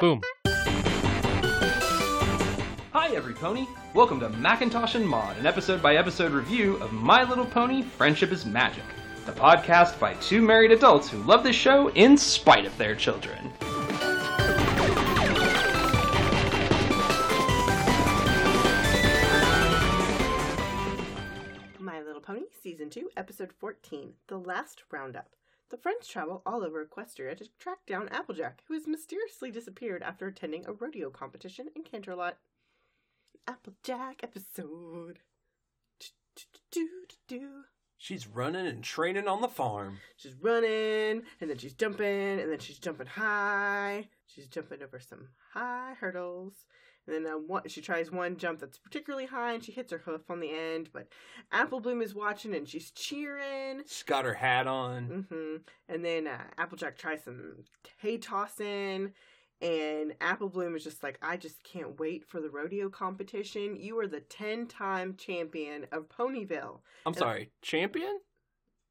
Boom. Hi, every pony. Welcome to Macintosh and Mod, an episode by episode review of My Little Pony Friendship is Magic, the podcast by two married adults who love this show in spite of their children. My Little Pony, Season 2, Episode 14, The Last Roundup. The friends travel all over Equestria to track down Applejack, who has mysteriously disappeared after attending a rodeo competition in Canterlot. Applejack episode. Do-do-do-do-do. She's running and training on the farm. She's running, and then she's jumping, and then she's jumping high. She's jumping over some high hurdles. And then uh, one, she tries one jump that's particularly high, and she hits her hoof on the end. But Apple Bloom is watching, and she's cheering. She's got her hat on. hmm And then uh, Applejack tries some hay tossing, and Apple Bloom is just like, I just can't wait for the rodeo competition. You are the 10 time champion of Ponyville. I'm sorry, champion?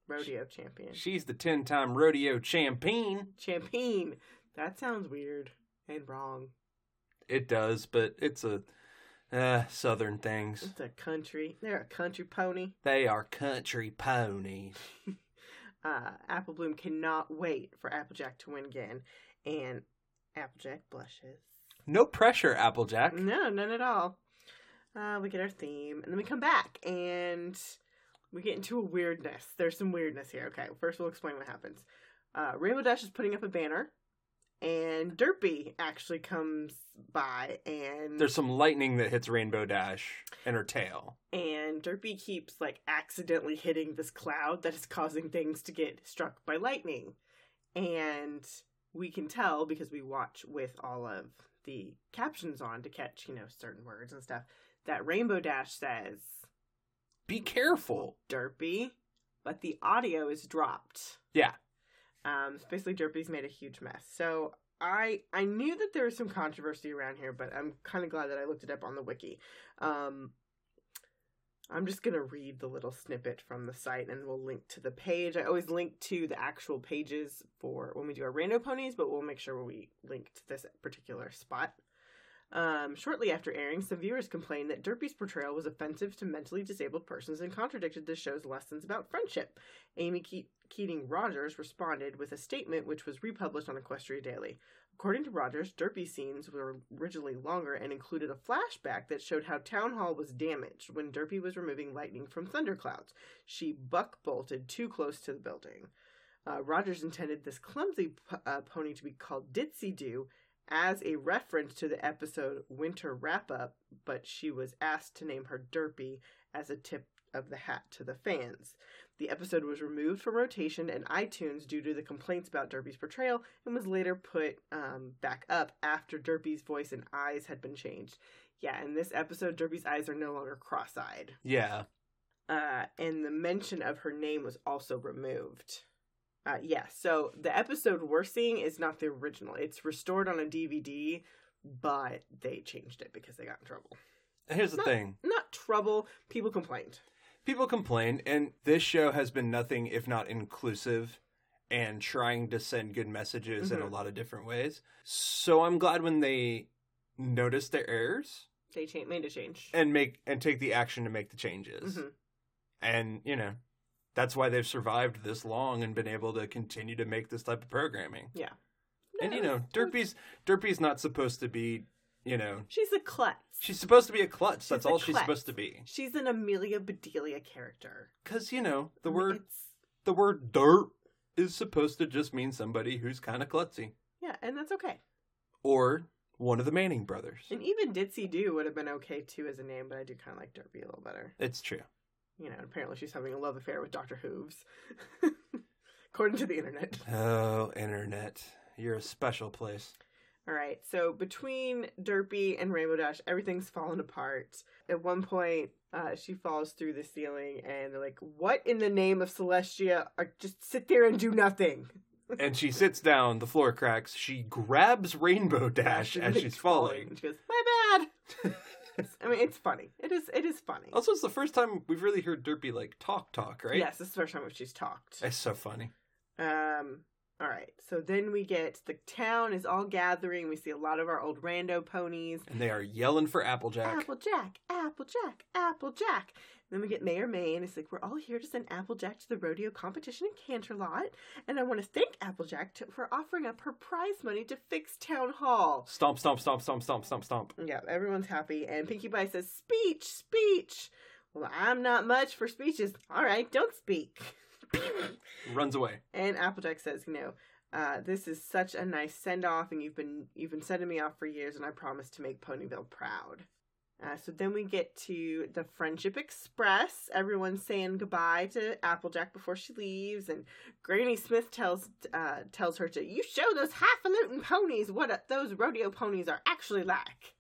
Rodeo champion. She's the 10 time rodeo champion. Champagne. That sounds weird and wrong. It does, but it's a uh, southern things. It's a country. They're a country pony. They are country ponies. Uh, Apple Bloom cannot wait for Applejack to win again, and Applejack blushes. No pressure, Applejack. No, none at all. Uh, we get our theme, and then we come back, and we get into a weirdness. There's some weirdness here. Okay, first we'll explain what happens. Uh, Rainbow Dash is putting up a banner, and Derpy actually comes by, and There's some lightning that hits Rainbow Dash and her tail. and Derpy keeps like accidentally hitting this cloud that is causing things to get struck by lightning. And we can tell because we watch with all of the captions on to catch, you know, certain words and stuff that Rainbow Dash says Be careful. Derpy, but the audio is dropped. Yeah. Um, so basically, Derpy's made a huge mess. So I I knew that there was some controversy around here, but I'm kind of glad that I looked it up on the wiki. Um, I'm just gonna read the little snippet from the site, and we'll link to the page. I always link to the actual pages for when we do our rando ponies, but we'll make sure we link to this particular spot. Um, shortly after airing, some viewers complained that Derpy's portrayal was offensive to mentally disabled persons and contradicted the show's lessons about friendship. Amy Ke- Keating Rogers responded with a statement which was republished on Equestria Daily. According to Rogers, Derpy scenes were originally longer and included a flashback that showed how Town Hall was damaged when Derpy was removing lightning from thunderclouds. She buck bolted too close to the building. Uh, Rogers intended this clumsy p- uh, pony to be called Ditsy Doo as a reference to the episode Winter Wrap Up, but she was asked to name her Derpy as a tip of the hat to the fans. The episode was removed from rotation and iTunes due to the complaints about Derpy's portrayal and was later put um, back up after Derpy's voice and eyes had been changed. Yeah, in this episode, Derpy's eyes are no longer cross eyed. Yeah. Uh, and the mention of her name was also removed. Uh, yeah, so the episode we're seeing is not the original. It's restored on a DVD, but they changed it because they got in trouble. Here's the No. thing Not trouble, people complained. people complain, and this show has been nothing if not inclusive and trying to send good messages in a Mhm. lot of different ways. So I'm glad when they notice their errors They cha- made a change. and make and take the action to make the changes. Mhm. And you know, that's why they've survived this long and been able to continue to make this type of programming. Yeah. and you No, know, Derpy's Derpy's not supposed to be, you know, She's a klutz. she's supposed to be a klutz. That's a all she's klutz. supposed to be. She's an Amelia Bedelia character. Cuz you know, the I mean, word it's- the word dirt is supposed to just mean somebody who's kind of klutzy Yeah, and that's okay. or one of the Manning brothers. And even Ditsy Doo would have been okay too as a name, but I do kind of like Derpy a little better. It's true. You know, apparently she's having a love affair with Dr. Hooves, according to the internet. Oh, internet. You're a special place. All right, so between Derpy and Rainbow Dash, everything's fallen apart. At one point, uh, she falls through the ceiling, and they're like, "What in the name of Celestia? Are, just sit there and do nothing." And she sits down, the floor cracks. She grabs Rainbow Dash as she's falling. she goes, "My bad." I mean, it's funny. It is. It is funny. Also, it's the first time we've really heard Derpy like talk talk, right? Yes, this is the first time she's talked. It's so funny. Um, All right. So then we get the town is all gathering. We see a lot of our old rando ponies. And they are yelling for Applejack. Applejack, Applejack, Applejack. Then we get Mayor May, and it's like, we're all here to send Applejack to the rodeo competition in Canterlot. And I want to thank Applejack to, for offering up her prize money to fix Town Hall. Stomp, stomp, stomp, stomp, stomp, stomp, stomp. Yeah, everyone's happy. And Pinkie Pie says, speech, speech. Well, I'm not much for speeches. All right, don't speak. Runs away. And Applejack says, you know, uh, this is such a nice send off, and you've been you've been sending me off for years, and I promise to make Ponyville proud. Uh, so then we get to the Friendship Express. Everyone's saying goodbye to Applejack before she leaves, and Granny Smith tells uh, tells her to you show those highfalutin ponies what a, those rodeo ponies are actually like.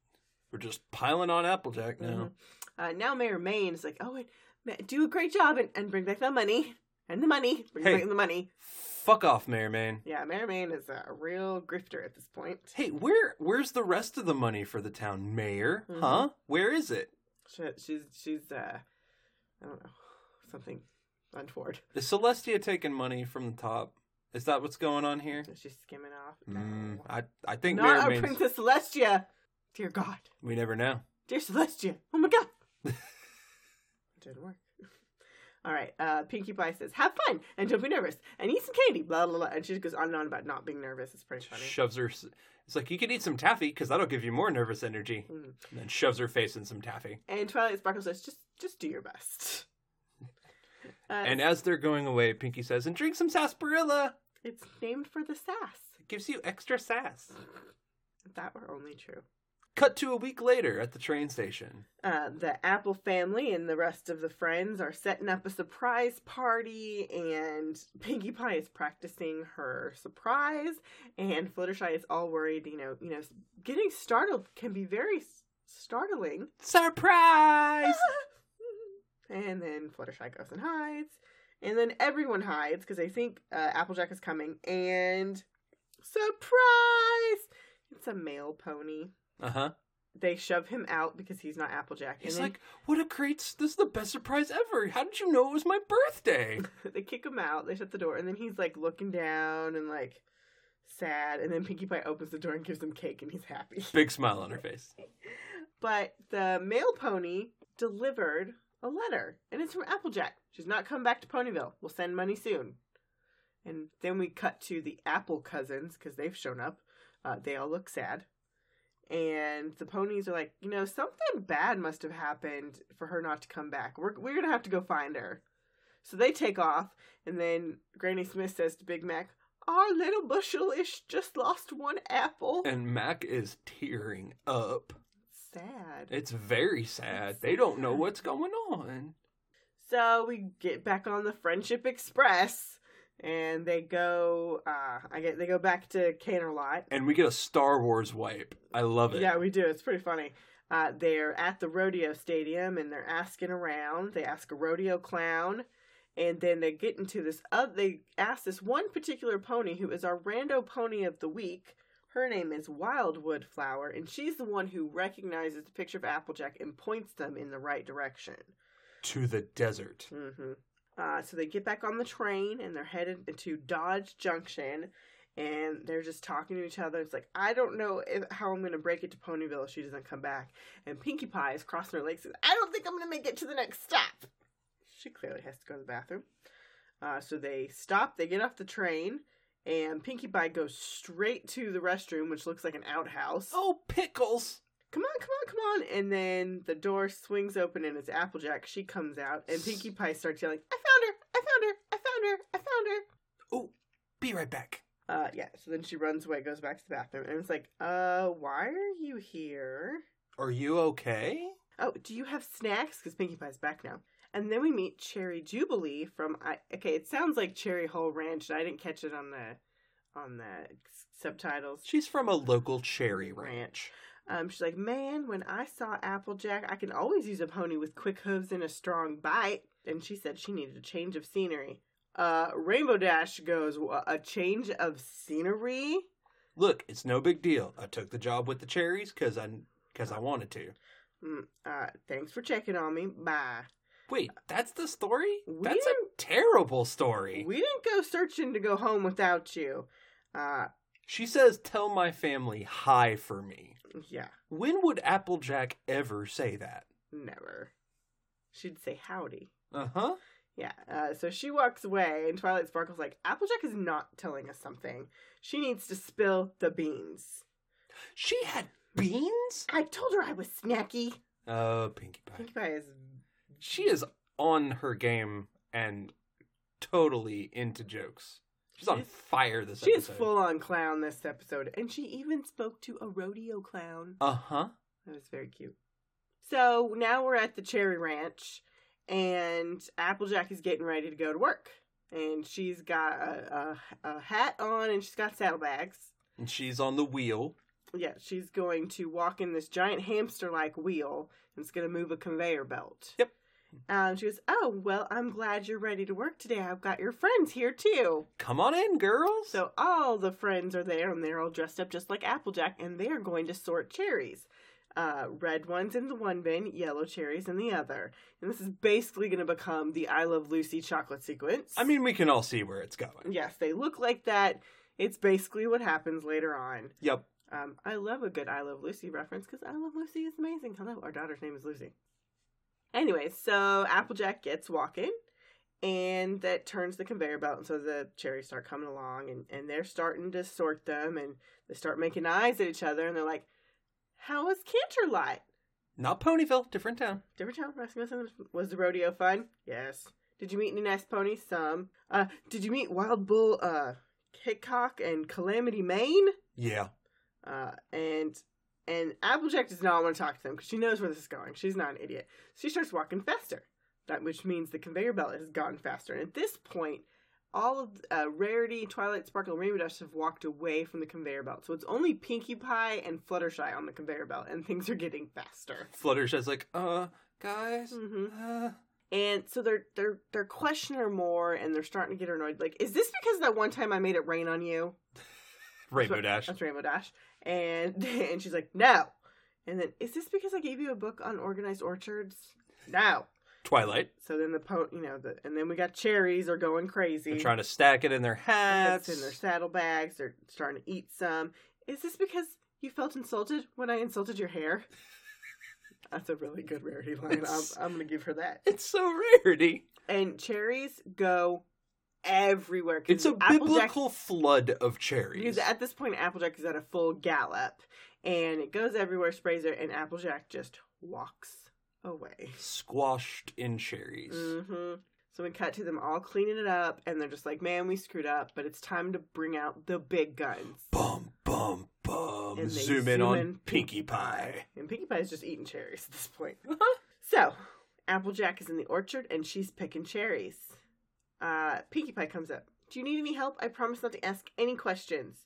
We're just piling on Applejack now. Uh, now Mayor Maine is like, oh, and, ma- do a great job and, and bring back the money and the money, bring Hey. back the money. Fuck off, Mayor Main. Yeah, Mayor Maine is a real grifter at this point. Hey, where where's the rest of the money for the town, Mayor? Mhm. Huh? Where is it? She, she's she's uh, I don't know, something untoward. Is Celestia taking money from the top? Is that what's going on here? She's skimming off. Mm, I I think Not our Mayor Main's. Princess Celestia. Dear God, We never know. dear Celestia. Oh my God. it didn't work. All right. Uh, Pinkie Pie says, "Have fun and don't be nervous and eat some candy." Blah blah blah. And she just goes on and on about not being nervous. It's pretty funny. Shoves her. s- It's like you could eat some taffy because that'll give you more nervous energy. Mm. And then shoves her face in some taffy. And Twilight Sparkle says, "Just just do your best." Uh, And as they're going away, Pinky says, "And drink some sarsaparilla. it's named for the sass. It gives you extra sass." If that were only true. Cut to a week later at the train station. uh, the Apple family and the rest of the friends are setting up a surprise party, and Pinkie Pie is practicing her surprise, and Fluttershy is all worried. You know, you know, getting startled can be very s- startling. Surprise! and then Fluttershy goes and hides, and then everyone hides because they think uh, Applejack is coming, and surprise! It's a male pony. Uh huh. They shove him out because he's not Applejack. He's and then- like, "What a great! s- This is the best surprise ever. How did you know it was my birthday?" they kick him out. They shut the door, and then he's like looking down and like sad. And then Pinkie Pie opens the door and gives him cake, and he's happy. Big smile on her face. But the mail pony delivered a letter, and it's from Applejack. She's not come back to Ponyville. We'll send money soon. And then we cut to the Apple cousins because they've shown up. Uh, they all look sad. And the ponies are like, you know, something bad must have happened for her not to come back. We're, we're going to have to go find her. So they take off. And then Granny Smith says to Big Mac, Our little bushel is just lost one apple. And Mac is tearing up. Sad. It's very sad. They don't know what's going on. So we get back on the Friendship Express, and they go. Uh, I get they go back to Canerlot. And we get a Star Wars wipe. I love it. Yeah, we do. It's pretty funny. Uh, they're at the rodeo stadium, and they're asking around. They ask a rodeo clown, and then they get into this. Uh, they ask this one particular pony who is our rando pony of the week. Her name is Wildwood Flower, and she's the one who recognizes the picture of Applejack and points them in the right direction. To the desert. hmm Uh, so they get back on the train and they're headed to Dodge Junction, and they're just talking to each other. It's like I don't know if, how I'm gonna break it to Ponyville if she doesn't come back. And Pinkie Pie is crossing her legs. Says, I don't think I'm gonna make it to the next stop. She clearly has to go to the bathroom. Uh, so they stop. They get off the train, and Pinkie Pie goes straight to the restroom, which looks like an outhouse Oh, pickles! come on, come on, come on. And then the door swings open and it's Applejack. She comes out and Pinkie Pie starts yelling, I found her, I found her, I found her, I found her. Be right back. Uh, yeah, so then she runs away, goes back to the bathroom, and it's like, uh, why are you here? Are you okay? Oh, do you have snacks? Because Pinkie Pie's back now. And then we meet Cherry Jubilee from, I, okay, it sounds like Cherry Hole Ranch, and I didn't catch it on the, on the s- subtitles. She's from a local cherry ranch. Um, she's like, man, when I saw Applejack, I can always use a pony with quick hooves and a strong bite. And she said she needed a change of scenery. Uh, Rainbow Dash goes, "Wha- a change of scenery? Look, it's no big deal. I took the job with the cherries because I because I wanted to. Mm, uh, thanks for checking on me. Bye. Wait, that's the story? We That's a didn't- terrible story. We didn't go searching to go home without you. Uh, She says, Tell my family hi for me. yeah, When would Applejack ever say that? never. She'd say howdy. Uh Uh-huh. huh. Yeah. Uh, so she walks away, and Twilight Sparkle's like, Applejack is not telling us something. She needs to spill the beans. She had beans? I told her I was snacky. Oh, Pinkie Pie. Pinkie Pie is. She is on her game and totally into jokes. She's on She's- fire this She is episode. full on clown this episode, and she even spoke to a rodeo clown. Uh huh. That was very cute. So now we're at the Cherry Ranch, and Applejack is getting ready to go to work. And she's got a, a, a hat on and she's got saddlebags. And she's on the wheel. Yeah, she's going to walk in this giant hamster like wheel and it's going to move a conveyor belt. Yep. Um, she goes, Oh, well, I'm glad you're ready to work today. I've got your friends here too. Come on in, girls. So all the friends are there, and they're all dressed up just like Applejack, and they are going to sort cherries. Uh, red ones in the one bin, yellow cherries in the other. And this is basically going to become the I Love Lucy chocolate sequence. I mean, we can all see where it's going. yes, they look like that. It's basically what happens later on. Yep. Um, I love a good I Love Lucy reference because I Love Lucy is amazing. Hello, our daughter's name is Lucy. Anyway, so Applejack gets walking and that turns the conveyor belt. And so the cherries start coming along and, and they're starting to sort them and they start making eyes at each other and they're like, How was Canterlot? Not Ponyville, different town. Different town, Rasmussen. Was the rodeo fun? Yes. Did you meet any nice ponies? Some. Uh, did you meet Wild Bull uh, Hickok and Calamity Maine? Yeah. uh, and and Applejack does not want to talk to them because she knows where this is going. She's not an idiot. She starts walking faster, that which means the conveyor belt has gone faster. And at this point, all of uh, Rarity, Twilight Sparkle, and Rainbow Dash have walked away from the conveyor belt, so it's only Pinkie Pie and Fluttershy on the conveyor belt, and things are getting faster. Fluttershy's like, uh, guys, hmm uh, And so they're they're they're questioning her more, and they're starting to get her annoyed. Like, is this because that one time I made it rain on you? Rainbow So- Dash. That's Rainbow Dash. And and she's like, no. And then, is this because I gave you a book on organized orchards? No. Twilight. So then the po, you know, the, and then we got cherries are going crazy. They're trying to stack it in their It's hats. in their saddlebags. They're starting to eat some. Is this because you felt insulted when I insulted your hair? That's a really good rarity line. I'm, It's- I'm gonna give her that. It's so rarity. And cherries go everywhere. 'cause It's a Applejack- biblical flood of cherries. Because at this point, Applejack is at a full gallop, and it goes everywhere, sprays her, and Applejack just walks away. Squashed in cherries. hmm So we cut to them all cleaning it up, and they're just like, "Man, we screwed up, but it's time to bring out the big guns." Bum, bum, bum. And they Zoom, in on in Pinkie Pie. and Pinkie Pie is just eating cherries at this point. Uh-huh. So Applejack is in the orchard, and she's picking cherries. Uh, Pinkie Pie comes up. Do you need any help? I promise not to ask any questions.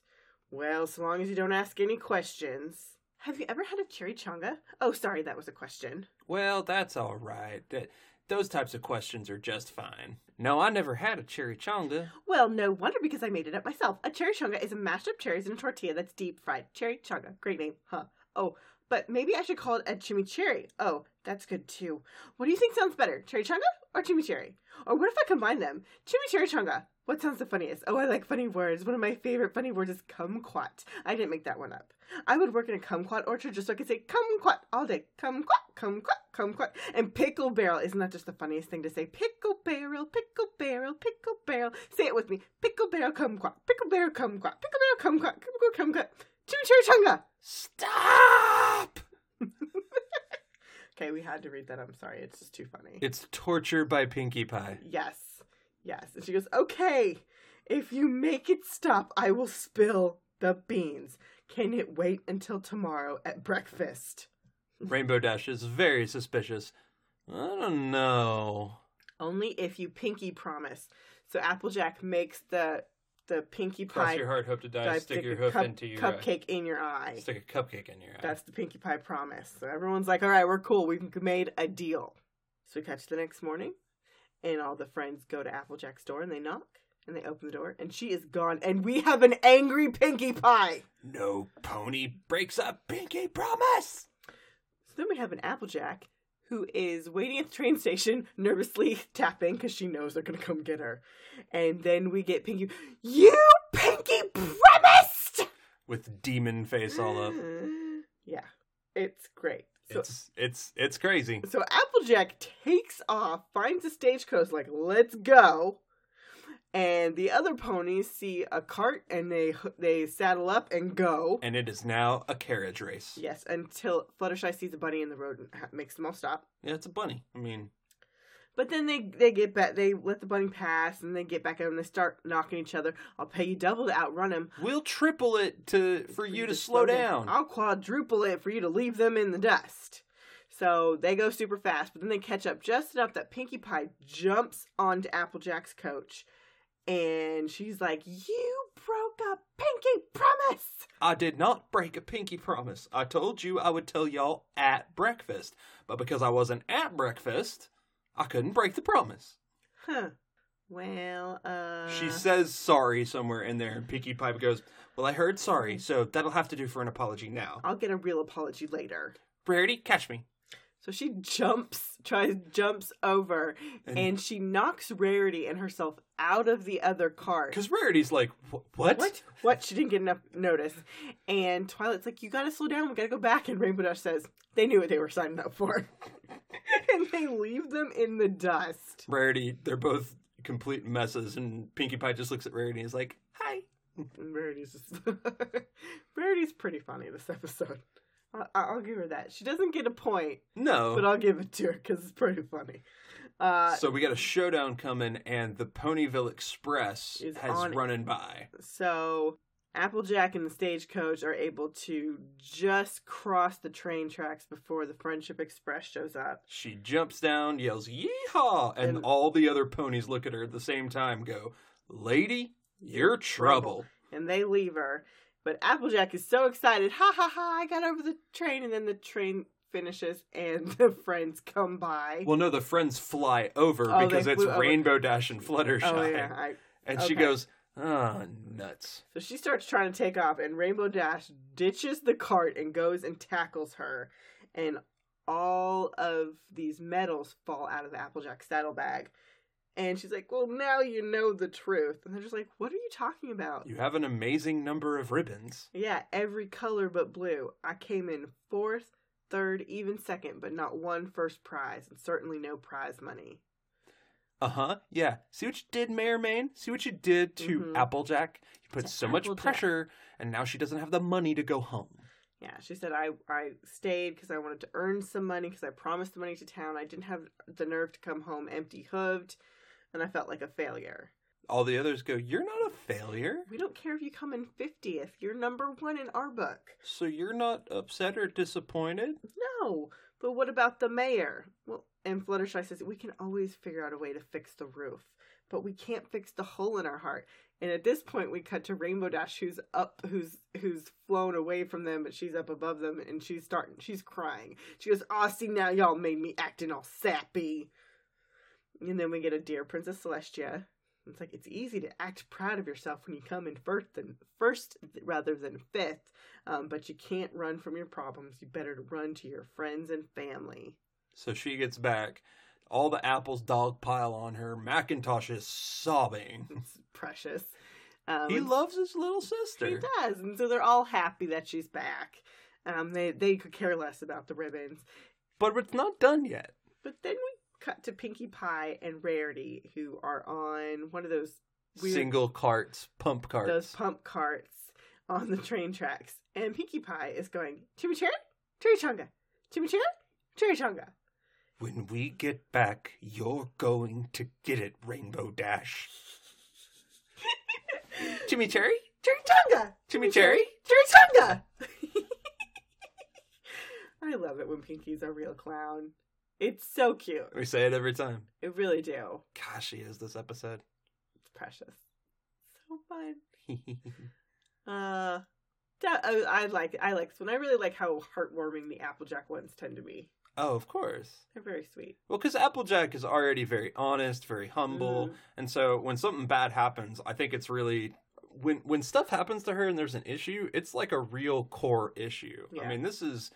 Well, so long as you don't ask any questions. Have you ever had a chimichanga? Oh, sorry, that was a question. Well, that's all right. Th- Those types of questions are just fine. No, I never had a chimichanga. Well, no wonder because I made it up myself. A chimichanga is a mashed up cherries in a tortilla that's deep fried. Chimichanga, great name, huh? Oh, but maybe I should call it a chimichurri. Oh, that's good too. What do you think sounds better, chimichanga or chimichurri? Or what if I combine them? Chimichurri-changa. What sounds the funniest? Oh, I like funny words. One of my favorite funny words is kumquat. I didn't make that one up. I would work in a kumquat orchard just so I could say kumquat all day. Kumquat, kumquat, kumquat. And pickle barrel. Isn't that just the funniest thing to say? Pickle barrel, pickle barrel, pickle barrel. Say it with me. Pickle barrel, kumquat. Pickle barrel, kumquat. Pickle barrel, kumquat. Pickle barrel, kumquat. Chimichurri-changa. Stop! Okay, we had to read that. I'm sorry. It's just too funny. It's torture by Pinkie Pie. Yes. Yes. And she goes, Okay, if you make it stop, I will spill the beans. Can it wait until tomorrow at breakfast? Rainbow Dash is very suspicious. I don't know. Only if you pinky promise. So Applejack makes the the pinkie Cross pie your heart, hope to die. guy stick a your hoof cup- into your uh, eye. cupcake in your eye. Stick a cupcake in your eye. That's the pinkie pie promise. So everyone's like, all right, we're cool. We've made a deal. So we catch the next morning, and all the friends go to Applejack's door and they knock and they open the door, and she is gone. And we have an angry pinkie pie. no pony breaks a pinky promise. So then we have an Applejack who is waiting at the train station, nervously tapping because she knows they're gonna come get her. And then we get Pinky. You Pinky promised. with demon face all up. Yeah, it's great. Mm. So, It's it's it's crazy. so Applejack takes off, finds a stagecoach, like let's go. And the other ponies see a cart and they they saddle up and go. And it is now a carriage race. Yeah, Yes, until Fluttershy sees a bunny in the road and ha- makes them all stop. it's a bunny. I mean, But then they they get back. They let the bunny pass, and they get back out and they start knocking each other. I'll pay you double to outrun him. we'll triple it to for you to slow down. I'll quadruple it for you to leave them in the dust. So they go super fast, but then they catch up just enough that Pinkie Pie jumps onto Applejack's coach, and she's like, "You broke a Pinkie promise." I did not break a pinky promise. I told you I would tell y'all at breakfast, but because I wasn't at breakfast, I couldn't break the promise. Huh. Well, uh. She says sorry somewhere in there, and Pinkie Pie goes, "Well, I heard sorry, so that'll have to do for an apology now." I'll get a real apology later. Rarity, catch me. So she jumps, tries jumps over, And- and, she knocks Rarity and herself out of the other cart. Because Rarity's like, "Wh- what? What? What? She didn't get enough notice. And Twilight's like, "You gotta slow down. We gotta go back." And Rainbow Dash says, "They knew what they were signing up for," and they leave them in the dust. Rarity, they're both complete messes, and Pinkie Pie just looks at Rarity and is like, hi. And Rarity's just Rarity's pretty funny this episode. I- I- I'll give her that. She doesn't get a point, but No. I'll give it to her because it's pretty funny. Uh, So we got a showdown coming, and the Ponyville Express Is has on- running by. So Applejack and the stagecoach are able to just cross the train tracks before the Friendship Express shows up. She jumps down, yells, yeehaw, and, And- all the other ponies look at her at the same time, go, lady, you're trouble. And they leave her. But Applejack is so excited. Ha ha ha, I got over the train. And then the train finishes and the friends come by. Well, no, the friends fly over Oh, they because it's flew over. Rainbow Dash and Fluttershy. oh, yeah. I, And she Okay. goes, ah, nuts. so she starts trying to take off. And Rainbow Dash ditches the cart and goes and tackles her. And all of these medals fall out of the Applejack saddlebag. And she's like, Well, now you know the truth. And they're just like, What are you talking about? You have an amazing number of ribbons. Yeah, every color but blue. I came in fourth, third, even second, but not one first prize, and certainly no prize money. Uh huh. Yeah. See what you did, Mayor Main? See what you did to Mhm. Mm-hmm. Applejack? You put To so much Applejack. pressure, and now she doesn't have the money to go home. Yeah, she said I I stayed because I wanted to earn some money because I promised the money to town. I didn't have the nerve to come home empty hooved, and I felt like a failure. All the others go, You're not a failure. We don't care if you come in fiftieth. You're number one in our book. So you're not upset or disappointed? No, but what about the mayor? Well, and Fluttershy says we can always figure out a way to fix the roof, but we can't fix the hole in our heart. And at this point, we cut to Rainbow Dash, who's up, who's who's flown away from them, but she's up above them, and she's starting, she's crying. She goes, "Ah, see now, y'all made me acting all sappy." And then we get a dear Princess Celestia. It's like it's easy to act proud of yourself when you come in first than first rather than fifth, um, but you can't run from your problems. You better run to your friends and family. So she gets back. All the apples dog pile on her. Macintosh is sobbing. It's precious. Um, He and loves his little sister. She does, and so they're all happy that she's back. Um, they they could care less about the ribbons. But it's not done yet. But then we cut to Pinkie Pie and Rarity, who are on one of those Weird. Single carts, pump carts. those pump carts on the train tracks, and Pinkie Pie is going chimichurri, chimichanga, chimichurri, chimichanga. When we get back, you're going to get it, Rainbow Dash. Jimmy Cherry? Chimichanga! Chimichurri? Chimichanga! I love it when Pinky's a real clown. It's so cute. We say it every time. It really do. Gosh, he is this episode. It's precious. So fun. Uh, that, I, I like I like this one. I really like how heartwarming the Applejack ones tend to be. oh, of course. They're very sweet. Well, because Applejack is already very honest, very humble, Mhm. and so when something bad happens, I think it's really when when stuff happens to her and there's an issue, it's like a real core issue. I Yeah. mean, this is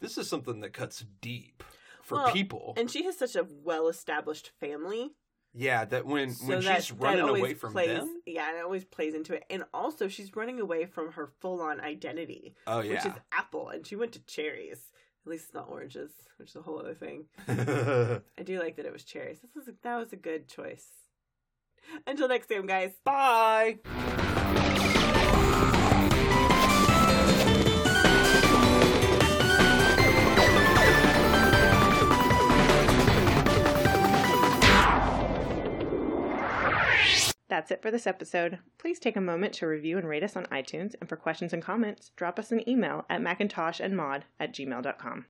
this is something that cuts deep for Well, people. And she has such a well-established family. yeah, that when so when that- she's that running always away from plays, them. Yeah, and it always plays into it. And also, she's running away from her full-on identity, Oh which yeah. is apple, and she went to cherries. At least it's not oranges, which is a whole other thing. I do like that it was cherries. This was a, that was a good choice. Until next time, guys. Bye. That's it for this episode. Please take a moment to review and rate us on iTunes, and for questions and comments, drop us an email at macintoshandmod at gmail.com.